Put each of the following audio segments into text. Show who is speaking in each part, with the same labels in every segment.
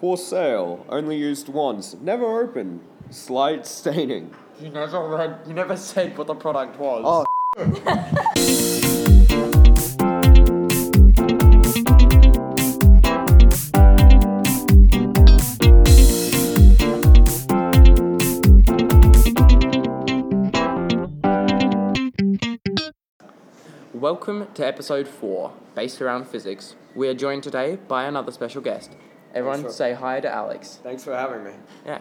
Speaker 1: For sale. Only used once. Never opened. Slight staining.
Speaker 2: You never read, you never said what the product was.
Speaker 1: Oh,
Speaker 2: Welcome to episode four, based around physics. We are joined today by another special guest. Everyone
Speaker 1: Thanks for-
Speaker 2: say hi to Alex.
Speaker 1: Thanks for having me.
Speaker 2: Yeah.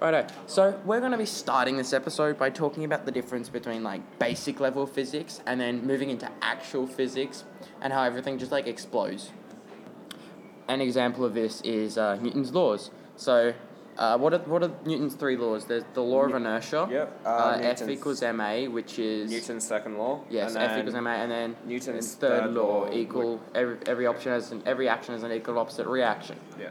Speaker 2: Righto. So we're going to be starting this episode by talking about the difference between like basic level physics and then moving into actual physics and how everything just like explodes. An example of this is uh, Newton's laws. So. Uh, what are what are Newton's three laws? There's the law of inertia.
Speaker 1: Yep, uh,
Speaker 2: Uh, F
Speaker 1: Newton's-
Speaker 2: equals ma, which is
Speaker 1: Newton's second law.
Speaker 2: Yes,
Speaker 1: and
Speaker 2: F
Speaker 1: then-
Speaker 2: equals ma, and then
Speaker 1: Newton's
Speaker 2: its third,
Speaker 1: third
Speaker 2: law
Speaker 1: law
Speaker 2: equal every, every option has an every action has an equal opposite reaction.
Speaker 1: Yeah.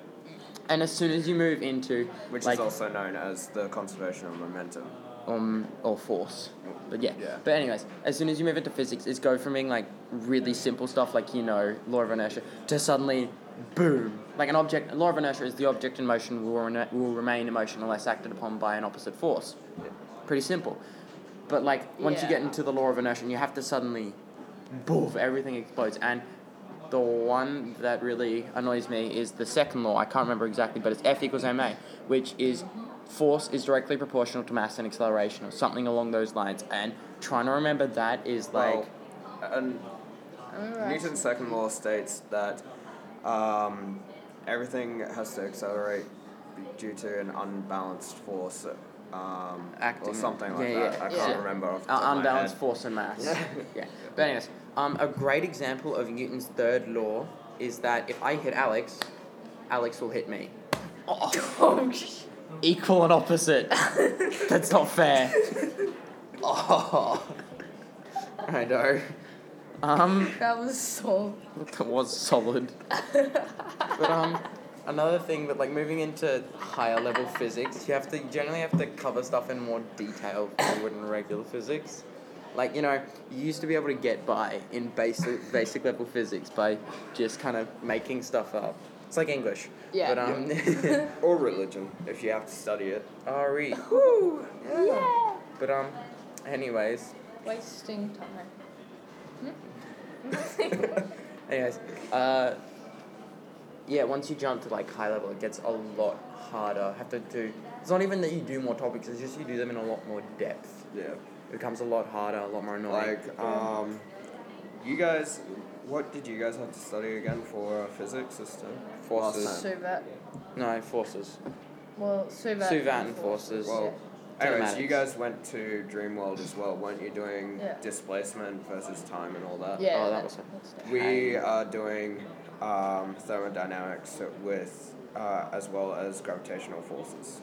Speaker 2: And as soon as you move into
Speaker 1: Which
Speaker 2: like
Speaker 1: is also known as the conservation of momentum.
Speaker 2: um or force, but yeah.
Speaker 1: Yeah.
Speaker 2: But anyways, as soon as you move into physics, it's go from being like really simple stuff like you know law of inertia to suddenly boom like an object law of inertia is the object in motion will, rena- will remain in motion unless acted upon by an opposite force. Pretty simple. But like once you
Speaker 3: Yeah.
Speaker 2: get into the law of inertia, you have to suddenly, boof, everything explodes. And the one that really annoys me is the second law. I can't remember exactly, but it's F equals ma, which is force is directly proportional to mass and acceleration, or something along those lines. And trying to remember that is like.
Speaker 1: Well, and Newton's second law states that um, everything has to accelerate due to an unbalanced force, um, or
Speaker 2: Acting-
Speaker 1: something like
Speaker 2: yeah,
Speaker 1: that.
Speaker 2: yeah,
Speaker 1: I
Speaker 2: yeah.
Speaker 1: can't
Speaker 2: Yeah.
Speaker 1: remember off the
Speaker 2: Uh,
Speaker 1: top of my
Speaker 2: unbalanced
Speaker 1: head.
Speaker 2: force and mass.
Speaker 1: Yeah.
Speaker 2: yeah. But anyways, um, a great example of Newton's third law is that if I hit Alex, Alex will hit me. Equal and opposite. That's not fair. oh. I know. Um,
Speaker 3: that was so.
Speaker 2: that was solid. but um, another thing that like moving into higher level physics, you have to you generally have to cover stuff in more detail than you would in regular physics. Like you know, you used to be able to get by in basic basic level physics by just kind of making stuff up. It's like English.
Speaker 3: Yeah.
Speaker 2: But um,
Speaker 1: Or religion, if you have to study it.
Speaker 2: RE.
Speaker 3: Woo!
Speaker 1: Yeah.
Speaker 3: Yeah.
Speaker 2: E. But um, anyways,
Speaker 3: Wasting time.
Speaker 2: Hmm? Anyways, uh, yeah, once you jump to like high level, it gets a lot harder. Have to do. It's not even that you do more topics. It's just you do them in a lot more depth.
Speaker 1: Yeah.
Speaker 2: It becomes a lot harder, a lot more annoying.
Speaker 1: Like, um, you guys, what did you guys have to study again for uh, physics system?
Speaker 2: Forces.
Speaker 1: Last time.
Speaker 3: Suvat.
Speaker 2: no forces.
Speaker 3: Well, Suvat.
Speaker 2: Suvat and forces.
Speaker 1: Well,
Speaker 2: Yeah.
Speaker 1: anyways, you
Speaker 2: Telematics.
Speaker 1: guys went to Dreamworld as well, weren't you? Doing
Speaker 3: Yeah.
Speaker 1: displacement versus time and all that.
Speaker 3: Yeah.
Speaker 2: Oh, that was-
Speaker 3: that's it.
Speaker 1: We are doing um, thermodynamics with uh, as well as gravitational forces.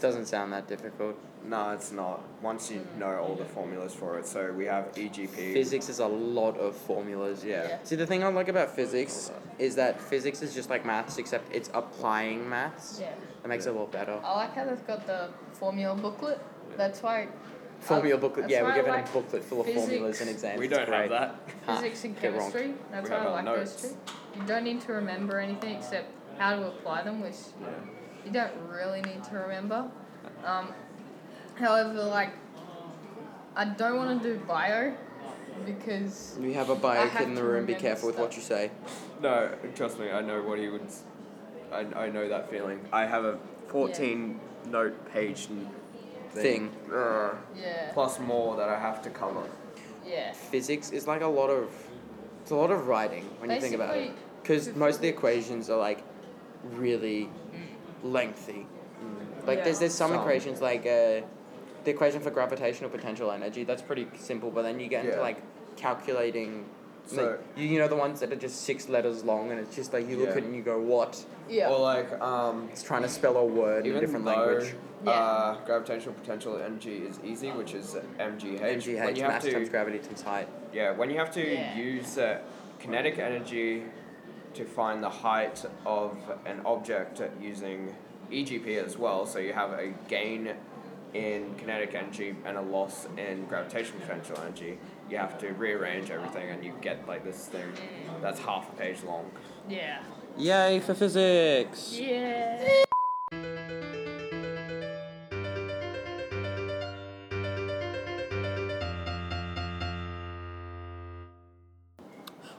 Speaker 2: Doesn't sound that difficult.
Speaker 1: No, it's not. Once you know all the formulas for it, so we have E EGP.
Speaker 2: Physics is a lot of formulas.
Speaker 1: Yeah.
Speaker 3: Yeah.
Speaker 2: See, the thing I like about physics is that physics is just like maths, except it's applying maths.
Speaker 3: Yeah. Uh,
Speaker 2: That makes it a lot better.
Speaker 3: I like how they've got the formula booklet. That's why.
Speaker 2: Formula
Speaker 3: Um,
Speaker 2: booklet.
Speaker 3: that's
Speaker 2: Yeah,
Speaker 3: why
Speaker 2: we're
Speaker 3: I
Speaker 2: given
Speaker 3: like
Speaker 2: a booklet full of
Speaker 3: physics.
Speaker 2: formulas and exams.
Speaker 1: We
Speaker 2: It's
Speaker 1: don't have
Speaker 2: great.
Speaker 1: that.
Speaker 2: Huh,
Speaker 3: Physics and
Speaker 2: get wrong.
Speaker 3: chemistry. That's
Speaker 1: We
Speaker 3: why
Speaker 1: have
Speaker 3: I
Speaker 1: our
Speaker 3: like
Speaker 1: notes.
Speaker 3: those two. You don't need to remember anything except how to apply them, which you don't really need to remember. Um, however, like I don't want to do bio because
Speaker 2: We have a bio
Speaker 3: I
Speaker 2: kid in
Speaker 3: have
Speaker 2: the
Speaker 3: to
Speaker 2: room. Be
Speaker 3: remember
Speaker 2: careful with what you say.
Speaker 1: No, trust me, I know what he would. s- I, I know that feeling. I have a 14 note page n-
Speaker 2: Thing.
Speaker 1: Ugh.
Speaker 3: yeah,
Speaker 1: plus more that I have to cover.
Speaker 3: yeah,
Speaker 2: Physics is like a lot of, it's a lot of writing when you think about it, because
Speaker 3: Basically,
Speaker 2: most of the equations are like, really, lengthy. Mm. Like
Speaker 3: Yeah.
Speaker 2: there's there's some,
Speaker 1: Some.
Speaker 2: equations like uh, the equation for gravitational potential energy. That's pretty simple, but then you get into
Speaker 1: Yeah.
Speaker 2: like calculating.
Speaker 1: So-
Speaker 2: like, you, you know the ones that are just six letters long, and it's just like you look
Speaker 1: Yeah.
Speaker 2: at it and you go, "What?"
Speaker 3: yeah.
Speaker 1: Or like um,
Speaker 2: It's trying to spell a word in
Speaker 1: even
Speaker 2: a different
Speaker 1: though,
Speaker 2: language.
Speaker 1: Uh, gravitational potential energy is easy, which is MGH. When
Speaker 2: MGH,
Speaker 1: you have
Speaker 2: mass times
Speaker 1: to,
Speaker 2: gravity times height.
Speaker 1: yeah, when you have to
Speaker 3: Yeah.
Speaker 1: use uh, kinetic energy to find the height of an object using EGP as well, so you have a gain in kinetic energy and a loss in gravitational potential energy. You have to rearrange everything, and you get like this thing that's half a page long.
Speaker 3: Yeah.
Speaker 2: Yay for physics!
Speaker 3: Yeah.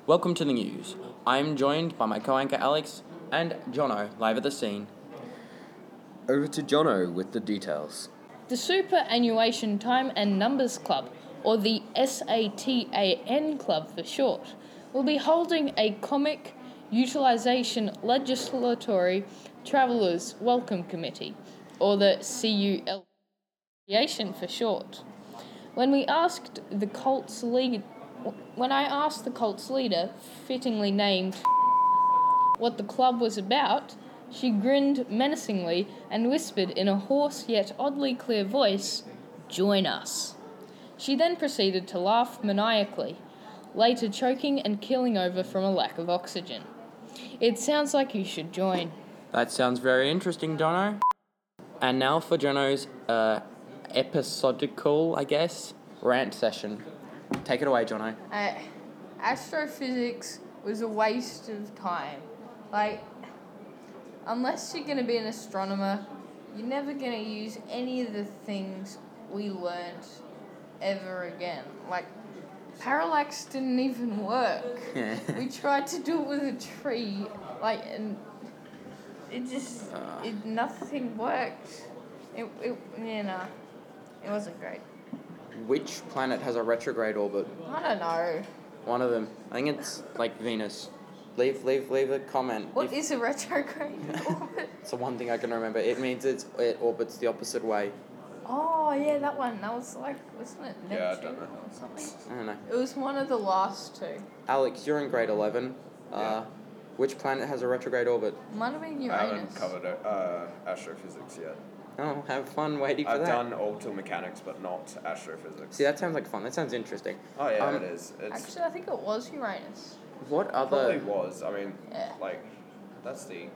Speaker 2: Welcome to the news. I'm joined by my co anchor Alex and Jono, live at the scene.
Speaker 1: Over to Jono with the details.
Speaker 4: The Superannuation Time and Numbers Club, or the SATAN Club for short, will be holding a comic utilization legislatory travellers welcome committee, or the CUL for short. When we asked the Colts lead when I asked the Colts leader, fittingly named what the club was about, she grinned menacingly and whispered in a hoarse yet oddly clear voice, Join us. She then proceeded to laugh maniacally, later choking and keeling over from a lack of oxygen. It sounds like you should join.
Speaker 2: That sounds very interesting, Jono. And now for Jono's uh, episodical, I guess, rant session. Take it away, Jono.
Speaker 3: uh, astrophysics was a waste of time. Like, unless you're going to be an astronomer, you're never going to use any of the things we learnt ever again. Like, parallax didn't even work. we tried to do it with a tree, like, and it just, it, nothing worked. It, it, you know, it wasn't great.
Speaker 2: Which planet has a retrograde orbit?
Speaker 3: I don't know.
Speaker 2: One of them. I think it's like Venus. Leave, leave, leave a comment.
Speaker 3: What
Speaker 2: if-
Speaker 3: is a retrograde orbit?
Speaker 2: It's the one thing I can remember. It means it's, it orbits the opposite way.
Speaker 3: Oh yeah, that one. That was like, wasn't it Neptune
Speaker 1: Yeah, I don't know.
Speaker 3: or something?
Speaker 2: I don't know.
Speaker 3: It was one of the last two.
Speaker 2: Alex, you're in grade 11. Uh,
Speaker 1: Yeah.
Speaker 2: Which planet has a retrograde orbit?
Speaker 3: Might have been
Speaker 1: I
Speaker 3: Uranus.
Speaker 1: haven't covered uh, astrophysics yet.
Speaker 2: Oh, have fun waiting for
Speaker 1: I've
Speaker 2: that.
Speaker 1: done auto mechanics, but not astrophysics.
Speaker 2: See, that sounds like fun. That sounds interesting.
Speaker 1: oh yeah,
Speaker 2: um,
Speaker 1: it is. It's
Speaker 3: Actually, I think it was Uranus.
Speaker 2: What
Speaker 1: probably
Speaker 2: other.
Speaker 1: was. I mean,
Speaker 3: Yeah.
Speaker 1: like, that's the.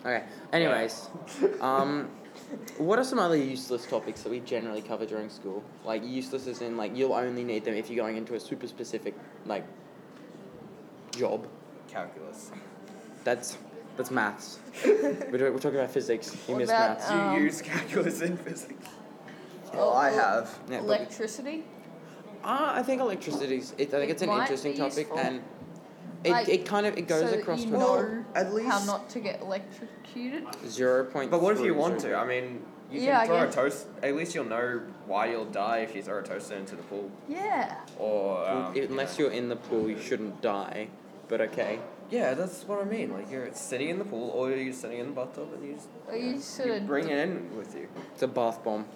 Speaker 2: Okay, anyways. um, what are some other useless topics that we generally cover during school? Like, useless as in, like, you'll only need them if you're going into a super specific, like, job.
Speaker 1: Calculus.
Speaker 2: That's that's maths. we're, do- we're talking about physics. You
Speaker 3: What
Speaker 2: missed
Speaker 3: about,
Speaker 2: maths.
Speaker 1: Do you
Speaker 3: Um,
Speaker 1: use calculus in physics? Well, I have.
Speaker 2: Yeah, but-
Speaker 3: Electricity.
Speaker 2: Ah, I think electricity's. It, I think
Speaker 3: It
Speaker 2: it's an
Speaker 3: might
Speaker 2: interesting
Speaker 3: be
Speaker 2: topic,
Speaker 3: useful.
Speaker 2: and it,
Speaker 3: Like,
Speaker 2: it kind of it goes
Speaker 3: so that
Speaker 2: across
Speaker 3: you
Speaker 2: to
Speaker 3: know
Speaker 1: at least.
Speaker 3: how not to get electrocuted.
Speaker 2: zero point.
Speaker 1: But what if you want to? I mean, you
Speaker 3: Yeah, I
Speaker 1: can throw a
Speaker 3: guess.
Speaker 1: toast. At least you'll know why you'll die if you throw a toaster into the pool.
Speaker 3: Yeah.
Speaker 1: Or um, you
Speaker 2: unless
Speaker 1: know.
Speaker 2: you're in the pool, you shouldn't die. But okay.
Speaker 1: Yeah, that's what I mean. Like you're sitting in the pool, or you're sitting in the bathtub, and you just
Speaker 3: Or you sort
Speaker 1: you
Speaker 3: of
Speaker 1: bring it in with you.
Speaker 2: It's a bath bomb.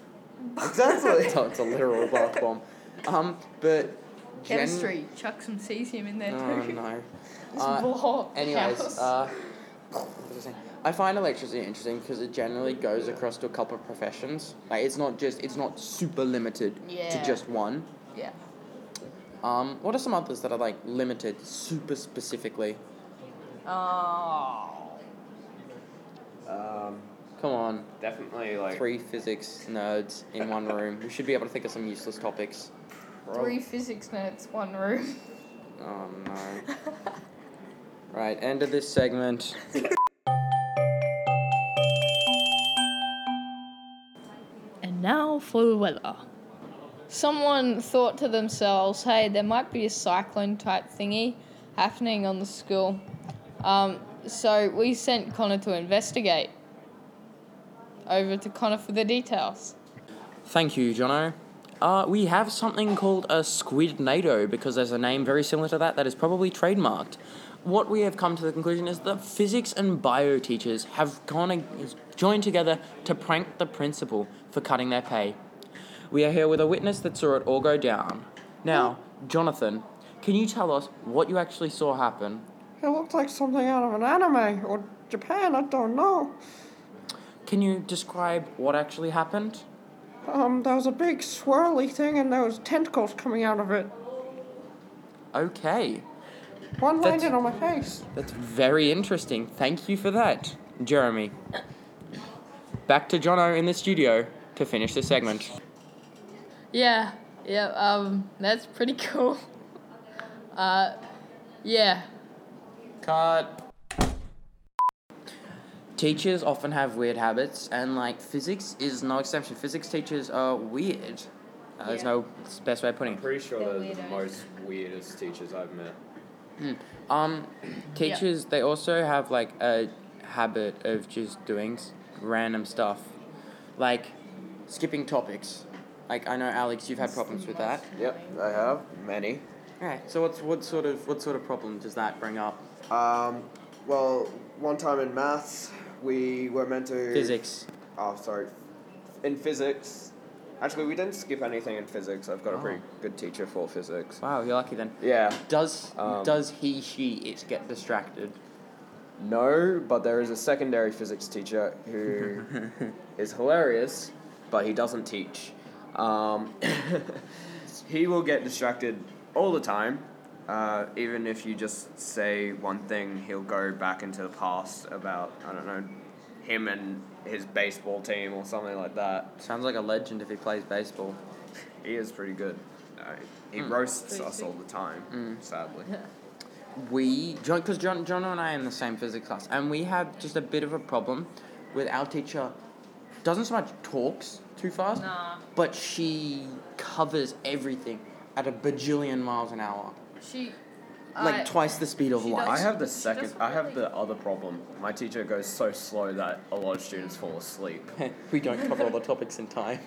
Speaker 1: Exactly.
Speaker 2: It's a, it's a literal bath bomb. Um, but gen-
Speaker 3: chemistry. Chuck some cesium in there
Speaker 2: Oh
Speaker 3: too.
Speaker 2: no.
Speaker 4: This
Speaker 2: Uh,
Speaker 4: block
Speaker 2: Anyways,
Speaker 4: house.
Speaker 2: uh, what was I saying? I find electricity interesting because it generally goes across to a couple of professions. Like it's not just it's not super limited
Speaker 3: Yeah.
Speaker 2: to just one.
Speaker 3: Yeah.
Speaker 2: Um, what are some others that are like limited super specifically?
Speaker 3: Oh.
Speaker 1: um,
Speaker 2: Come on,
Speaker 1: definitely like
Speaker 2: three physics nerds in one room. We should be able to think of some useless topics.
Speaker 1: prob-
Speaker 3: Three physics nerds, one room.
Speaker 2: Oh no. right, end of this segment.
Speaker 4: And now for the weather.
Speaker 3: Someone thought to themselves, hey, there might be a cyclone type thingy happening on the school. Um, so we sent Connor to investigate. Over to Connor for the details.
Speaker 2: Thank you, Jono. Uh, we have something called a squid NATO because there's a name very similar to that that is probably trademarked. What we have come to the conclusion is that physics and bio teachers have gone and joined together to prank the principal for cutting their pay. We are here with a witness that saw it all go down. Now, Jonathan, can you tell us what you actually saw happen?
Speaker 5: It looked like something out of an anime or Japan, I don't know.
Speaker 2: Can you describe what actually happened?
Speaker 5: Um, there was a big swirly thing and there was tentacles coming out of it.
Speaker 2: Okay,
Speaker 5: One
Speaker 2: That's-
Speaker 5: landed on my face.
Speaker 2: That's very interesting. Thank you for that, Jeremy. Back to Jono in the studio to finish the segment.
Speaker 3: Yeah, yeah, um, that's pretty cool. Uh, yeah.
Speaker 2: Cut. teachers often have weird habits, and like physics is no exception. Physics teachers are weird. Uh, There's
Speaker 4: Yeah.
Speaker 2: no s- best way of putting
Speaker 1: I'm
Speaker 2: it.
Speaker 1: pretty sure
Speaker 4: They're
Speaker 1: they're, the
Speaker 4: weirdos.
Speaker 1: most weirdest teachers I've met.
Speaker 2: Um, teachers they also have like a habit of just doing s- random stuff, like skipping topics. Like I know Alex, you've had problems with that.
Speaker 1: Yep, I have many.
Speaker 2: All right. So what's what sort of what sort of problem does that bring up?
Speaker 1: Um, well, one time in maths, we were meant to
Speaker 2: Physics.
Speaker 1: Oh, sorry. In physics, actually, we didn't skip anything in physics. I've got a
Speaker 2: Oh.
Speaker 1: pretty good teacher for physics.
Speaker 2: Wow, you're lucky then.
Speaker 1: Yeah.
Speaker 2: Does
Speaker 1: Um,
Speaker 2: does he she it get distracted?
Speaker 1: No, but there is a secondary physics teacher who is hilarious, but he doesn't teach. Um, he will get distracted all the time. Uh, even if you just say one thing, he'll go back into the past about, I don't know, him and his baseball team or something like that.
Speaker 2: Sounds like a legend if he plays baseball.
Speaker 1: He is pretty good. Uh, he
Speaker 3: Hmm.
Speaker 2: Mm.
Speaker 1: roasts
Speaker 4: Pretty
Speaker 1: us all the time, sadly.
Speaker 2: we John because John John and I are in the same physics class, and we have just a bit of a problem with our teacher. Doesn't so much talks too fast,
Speaker 3: Nah.
Speaker 2: but she covers everything at a bajillion miles an hour,
Speaker 3: She.
Speaker 2: like
Speaker 3: I-
Speaker 2: twice the speed of
Speaker 3: Uh, she
Speaker 2: light.
Speaker 3: does-
Speaker 1: I have the
Speaker 3: She
Speaker 1: second.
Speaker 3: doesn't
Speaker 1: I have
Speaker 3: really-
Speaker 1: the other problem. My teacher goes so slow that a lot of students fall asleep.
Speaker 2: we don't cover all the topics in time.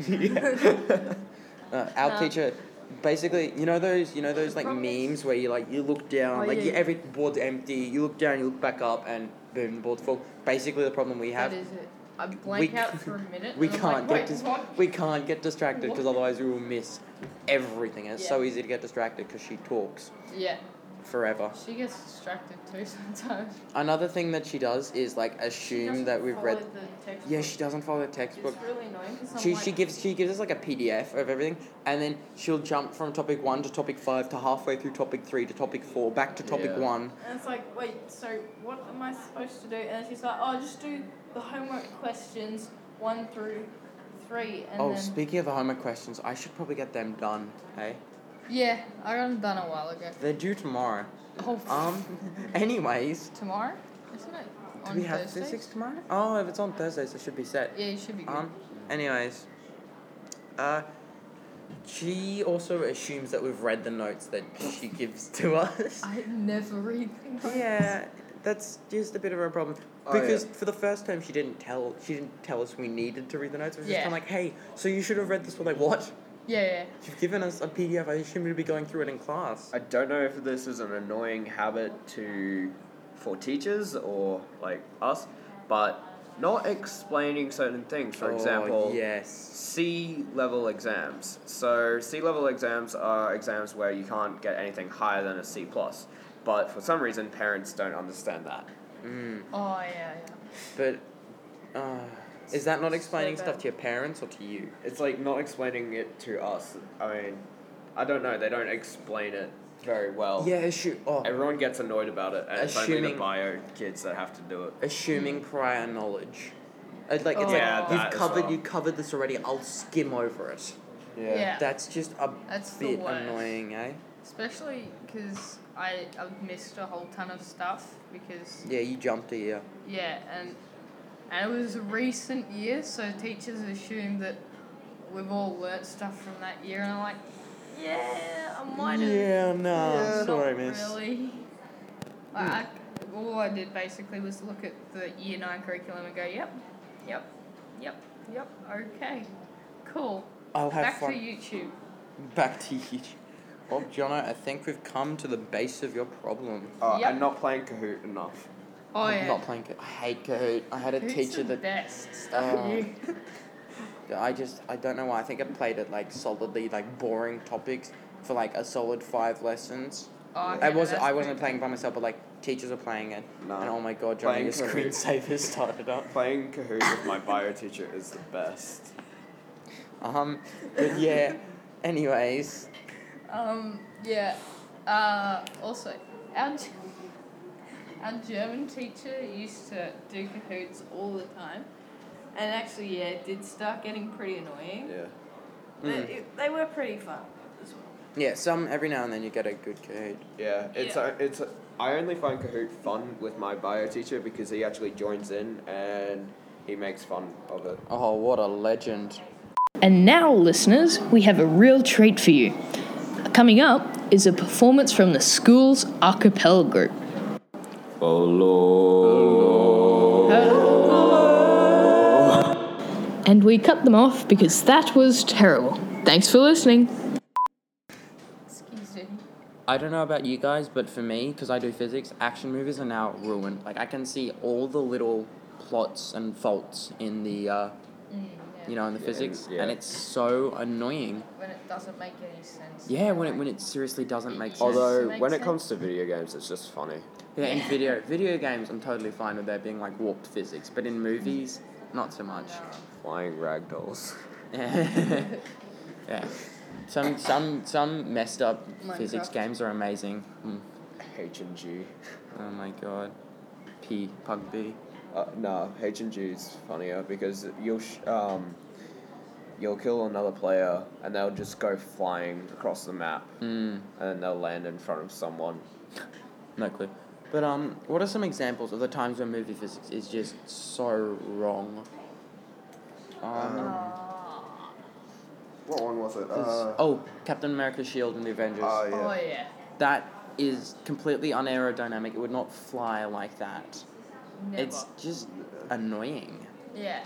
Speaker 2: uh, our teacher, basically, you know those, you know those like
Speaker 3: Problem is-
Speaker 2: memes where you like you look down,
Speaker 3: Oh,
Speaker 2: like
Speaker 3: yeah,
Speaker 2: you,
Speaker 3: yeah.
Speaker 2: every board's empty, you look down, you look back up, and boom, the board's full. Basically, the problem we have
Speaker 3: That is it. I blank
Speaker 2: We-
Speaker 3: out for a minute.
Speaker 2: We
Speaker 3: and I'm
Speaker 2: can't
Speaker 3: like,
Speaker 2: get dis-
Speaker 3: Wait, what?
Speaker 2: we can't get distracted because
Speaker 3: What?
Speaker 2: otherwise we will miss everything. And it's so
Speaker 3: Yeah.
Speaker 2: easy to get distracted because she talks
Speaker 3: Yeah,
Speaker 2: forever.
Speaker 3: she gets distracted too sometimes.
Speaker 2: Another thing that she does is like assume that we've read. Yeah, she doesn't follow the textbook.
Speaker 3: It's really annoying because
Speaker 2: She, she gives she gives us like a PDF of everything, and then she'll jump from topic one to topic five to halfway through topic three to topic four, back to topic
Speaker 1: Yeah.
Speaker 2: one.
Speaker 6: And it's like, wait, so what am I supposed to do? And she's like, oh, just do the homework questions one through three. And
Speaker 2: oh,
Speaker 6: then
Speaker 2: speaking of the homework questions, I should probably get them done. Hey,
Speaker 3: Yeah, I got them done a while ago.
Speaker 2: they're due tomorrow.
Speaker 3: Oh,
Speaker 2: Um, anyways,
Speaker 3: tomorrow, isn't it?
Speaker 2: do
Speaker 3: On
Speaker 2: we have
Speaker 3: Thursdays?
Speaker 2: physics tomorrow? Oh, if it's on Thursdays, it should be set.
Speaker 3: Yeah, you should be good.
Speaker 2: Um. Anyways, uh, she also assumes that we've read the notes that she gives to us.
Speaker 3: I never read.
Speaker 2: Oh, yeah, that's just a bit of a problem
Speaker 1: Oh, yeah.
Speaker 2: because for the first time she didn't tell she didn't tell us we needed to read the notes. It was just
Speaker 3: Yeah.
Speaker 2: kind of like, hey, so you should have read this. We're like, what?
Speaker 3: Yeah, yeah.
Speaker 2: You've given us a PDF. I assume we'd be going through it in class.
Speaker 1: I don't know if this is an annoying habit to for teachers or like us, but not explaining certain things. For
Speaker 2: Oh,
Speaker 1: example,
Speaker 2: yes.
Speaker 1: C level exams. So C level exams are exams where you can't get anything higher than a C plus. But for some reason, parents don't understand that.
Speaker 2: Mm.
Speaker 3: Oh yeah, yeah.
Speaker 2: But uh, is that not explaining stuff
Speaker 6: bad.
Speaker 2: to your parents or to you?
Speaker 1: It's like not explaining it to us. I mean, I don't know. They don't explain it very well.
Speaker 2: Yeah, shoot. Oh,
Speaker 1: Everyone gets annoyed about it, and it's only
Speaker 2: Assuming-
Speaker 1: the bio kids that have to do it.
Speaker 2: assuming prior knowledge. It's like it's
Speaker 3: Yeah,
Speaker 2: like
Speaker 1: that
Speaker 2: you've
Speaker 1: as
Speaker 2: covered
Speaker 1: well.
Speaker 2: you covered this already. I'll skim over it.
Speaker 3: Yeah.
Speaker 2: That's just a
Speaker 3: That's the
Speaker 2: bit
Speaker 3: worst.
Speaker 2: annoying, eh?
Speaker 3: Especially because I I've missed a whole ton of stuff because
Speaker 2: Yeah, you jumped a year.
Speaker 3: yeah, and and it was a recent year, so teachers assume that we've all learnt stuff from that year, and I'm like, yeah, I might have.
Speaker 2: Yeah, no,
Speaker 3: Yeah,
Speaker 2: sorry,
Speaker 3: not
Speaker 2: miss. Hmm.
Speaker 3: Really. Like, I, all I did basically was look at the year nine curriculum and go, yep, yep, yep, yep, okay, cool.
Speaker 2: I'll have
Speaker 3: Back
Speaker 2: fun.
Speaker 3: to YouTube.
Speaker 2: Back to you. Well, Jono, I think we've come to the base of your problem.
Speaker 1: Uh,
Speaker 3: Yep.
Speaker 1: And not playing Kahoot enough.
Speaker 3: Oh
Speaker 2: I'm
Speaker 3: yeah.
Speaker 2: not playing Kahoot. I hate Kahoot. I had a
Speaker 3: Who's
Speaker 2: teacher
Speaker 3: the
Speaker 2: that
Speaker 3: best Oh, stuff
Speaker 2: uh,
Speaker 3: you?
Speaker 2: I just I don't know why. I think I played it like solidly like boring topics for like a solid five lessons.
Speaker 3: Oh, okay,
Speaker 2: I
Speaker 3: no,
Speaker 2: wasn't.
Speaker 3: that's
Speaker 2: I wasn't
Speaker 3: pretty
Speaker 2: playing by myself, but like teachers were playing it,
Speaker 1: No.
Speaker 2: and oh my god, Johnny,
Speaker 1: Playing
Speaker 2: your
Speaker 1: Kahoot.
Speaker 2: screensaver started up.
Speaker 1: Playing Kahoot with my bio teacher is the best.
Speaker 2: Um, but yeah. Anyways,
Speaker 3: Um, yeah. Uh, also, our, G- our German teacher used to do cahoots all the time.
Speaker 6: And actually, yeah, it did start getting pretty annoying.
Speaker 1: Yeah.
Speaker 6: But
Speaker 2: Mm.
Speaker 6: it- they were pretty fun as well.
Speaker 2: yeah. Some every now and then you get a good Kahoot.
Speaker 1: Yeah. It's
Speaker 6: Yeah.
Speaker 1: uh, it's I only find Kahoot fun with my bio teacher because he actually joins in and he makes fun of it.
Speaker 2: Oh, what a legend.
Speaker 4: And now, listeners, we have a real treat for you. Coming up is a performance from the school's a cappella group. And we cut them off because that was terrible. Thanks for listening.
Speaker 3: Excuse me.
Speaker 2: I don't know about you guys, but for me, because I do physics, action movies are now ruined. Like, I can see all the little plots and faults in the, uh, you know, in the
Speaker 1: Yeah,
Speaker 2: physics,
Speaker 1: yeah.
Speaker 2: and it's so annoying.
Speaker 3: When it doesn't make any sense.
Speaker 2: Yeah, when it when it seriously doesn't make sense.
Speaker 1: Although,
Speaker 3: Makes
Speaker 1: when it
Speaker 3: sense.
Speaker 1: comes to video games, it's just funny.
Speaker 2: yeah, in video video games, I'm totally fine with there being like warped physics, but in movies, not so much.
Speaker 1: Flying ragdolls.
Speaker 2: yeah, some some some messed up physics
Speaker 3: Minecraft.
Speaker 2: games are amazing. Mm.
Speaker 1: H and G.
Speaker 2: Oh my god, P pug B.
Speaker 1: Uh, no, H and G is funnier because you'll sh- um, you'll kill another player and they'll just go flying across the map
Speaker 2: Mm.
Speaker 1: and then they'll land in front of someone.
Speaker 2: No clue. But um, what are some examples of the times when movie physics is just so wrong? Um,
Speaker 1: Oh, What one was it?
Speaker 2: there's- oh, Captain America's shield in the Avengers.
Speaker 3: Oh yeah.
Speaker 2: that is completely unaerodynamic. It would not fly like that.
Speaker 3: Never.
Speaker 2: It's just annoying.
Speaker 3: yeah.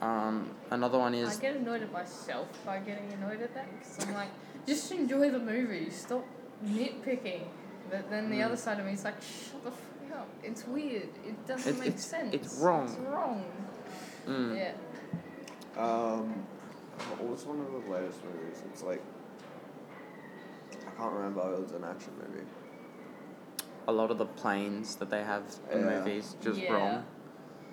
Speaker 2: Um, another one
Speaker 3: I
Speaker 2: is
Speaker 3: get annoyed at myself by getting annoyed at that because I'm like, just enjoy the movie. Stop nitpicking. But then
Speaker 2: Mm.
Speaker 3: the other side of me is like, shut the fuck up. It's weird. It doesn't
Speaker 2: It's-
Speaker 3: make
Speaker 2: it's-
Speaker 3: sense.
Speaker 2: it's wrong.
Speaker 3: It's wrong.
Speaker 2: mm,
Speaker 3: Yeah.
Speaker 1: Um, what was one of the latest movies? It's like I can't remember. It was an action movie.
Speaker 2: a lot of the planes that they have in
Speaker 1: Yeah.
Speaker 2: movies just
Speaker 3: Yeah.
Speaker 2: wrong.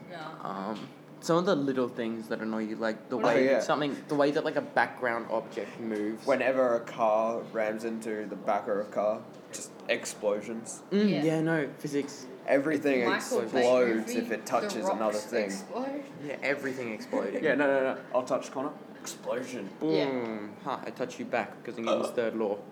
Speaker 3: No.
Speaker 2: Um, some of the little things that annoy you, like the
Speaker 3: What
Speaker 2: way
Speaker 1: about- Oh, Yeah.
Speaker 2: something, the way that like a background object moves.
Speaker 1: Whenever a car rams into the back of a car, just explosions.
Speaker 2: Mm,
Speaker 3: Yeah.
Speaker 2: yeah. no physics.
Speaker 1: Everything
Speaker 3: Michael Bay
Speaker 1: explodes
Speaker 3: movie,
Speaker 1: if it
Speaker 3: the
Speaker 1: touches another
Speaker 3: rocks
Speaker 1: thing.
Speaker 3: Explode.
Speaker 2: Yeah, everything exploding.
Speaker 1: Yeah, no, no, no. I'll touch Connor. Explosion.
Speaker 2: Boom.
Speaker 3: Yeah.
Speaker 2: Ha! I touch you back because Newton's third law.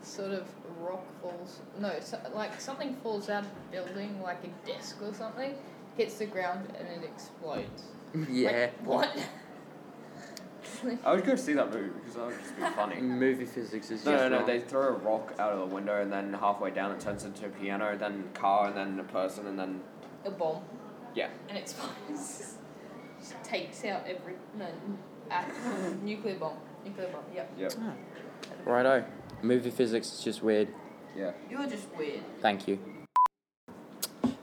Speaker 3: Sort of rock falls. No, so, like something falls out of a building, like a desk or something, hits the ground and it explodes.
Speaker 2: yeah.
Speaker 3: Like, what?
Speaker 1: I would go see that movie because that would just be funny.
Speaker 2: Movie physics is
Speaker 1: No,
Speaker 2: just
Speaker 1: no, no.
Speaker 2: wrong.
Speaker 1: They throw a rock out of the window, and then halfway down, it turns into a piano, then car, and then a person, and then
Speaker 3: a bomb.
Speaker 1: yeah.
Speaker 3: and explodes. Just takes out every no at, nuclear bomb. Nuclear bomb. Yep.
Speaker 1: Yep.
Speaker 2: Righto. Movie physics is just weird.
Speaker 1: Yeah.
Speaker 3: You're just weird.
Speaker 2: Thank you.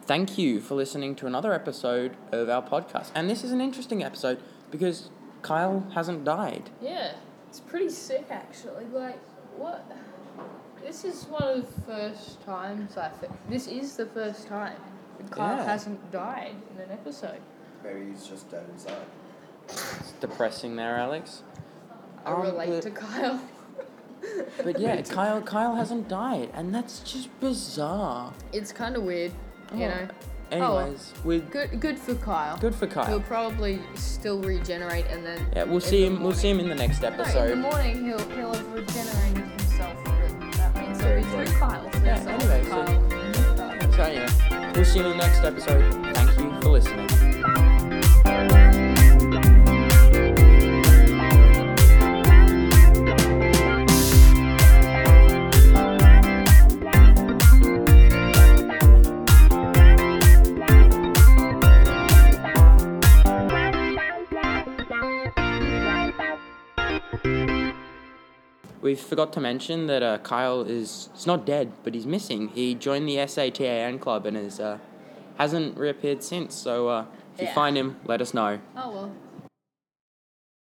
Speaker 2: Thank you for listening to another episode of our podcast. And this is an interesting episode because Kyle hasn't died.
Speaker 3: Yeah, it's pretty sick actually. Like what? This is one of the first times I think. This is the first time that Kyle
Speaker 2: Yeah.
Speaker 3: hasn't died in an episode.
Speaker 1: Maybe he's just dead inside.
Speaker 2: It's depressing there, Alex.
Speaker 3: I
Speaker 2: Um,
Speaker 3: relate
Speaker 2: but-
Speaker 3: to Kyle.
Speaker 2: But yeah, Kyle Kyle hasn't died, and that's just bizarre.
Speaker 3: It's kind of weird, you
Speaker 2: Oh,
Speaker 3: know.
Speaker 2: Anyways, we're
Speaker 3: Good, good for Kyle.
Speaker 2: good for Kyle.
Speaker 3: He'll probably still regenerate and then.
Speaker 2: Yeah, we'll
Speaker 3: in
Speaker 2: see
Speaker 3: the
Speaker 2: him. We'll see him in the next
Speaker 3: No, in the
Speaker 2: episode.
Speaker 3: morning he'll he'll have regenerated himself. but That means there'll be three Kyles.
Speaker 2: Yeah,
Speaker 3: There's
Speaker 2: anyway,
Speaker 3: a
Speaker 2: so-
Speaker 3: Kyle and a Kyle.
Speaker 2: So yeah, we'll see you in the next episode. Thank you for listening. We forgot to mention that uh, Kyle is he's not dead, but he's missing. He joined the SATAN club and is uh, hasn't reappeared since. So uh, if you
Speaker 3: Yeah.
Speaker 2: find him, let us know.
Speaker 3: Oh well.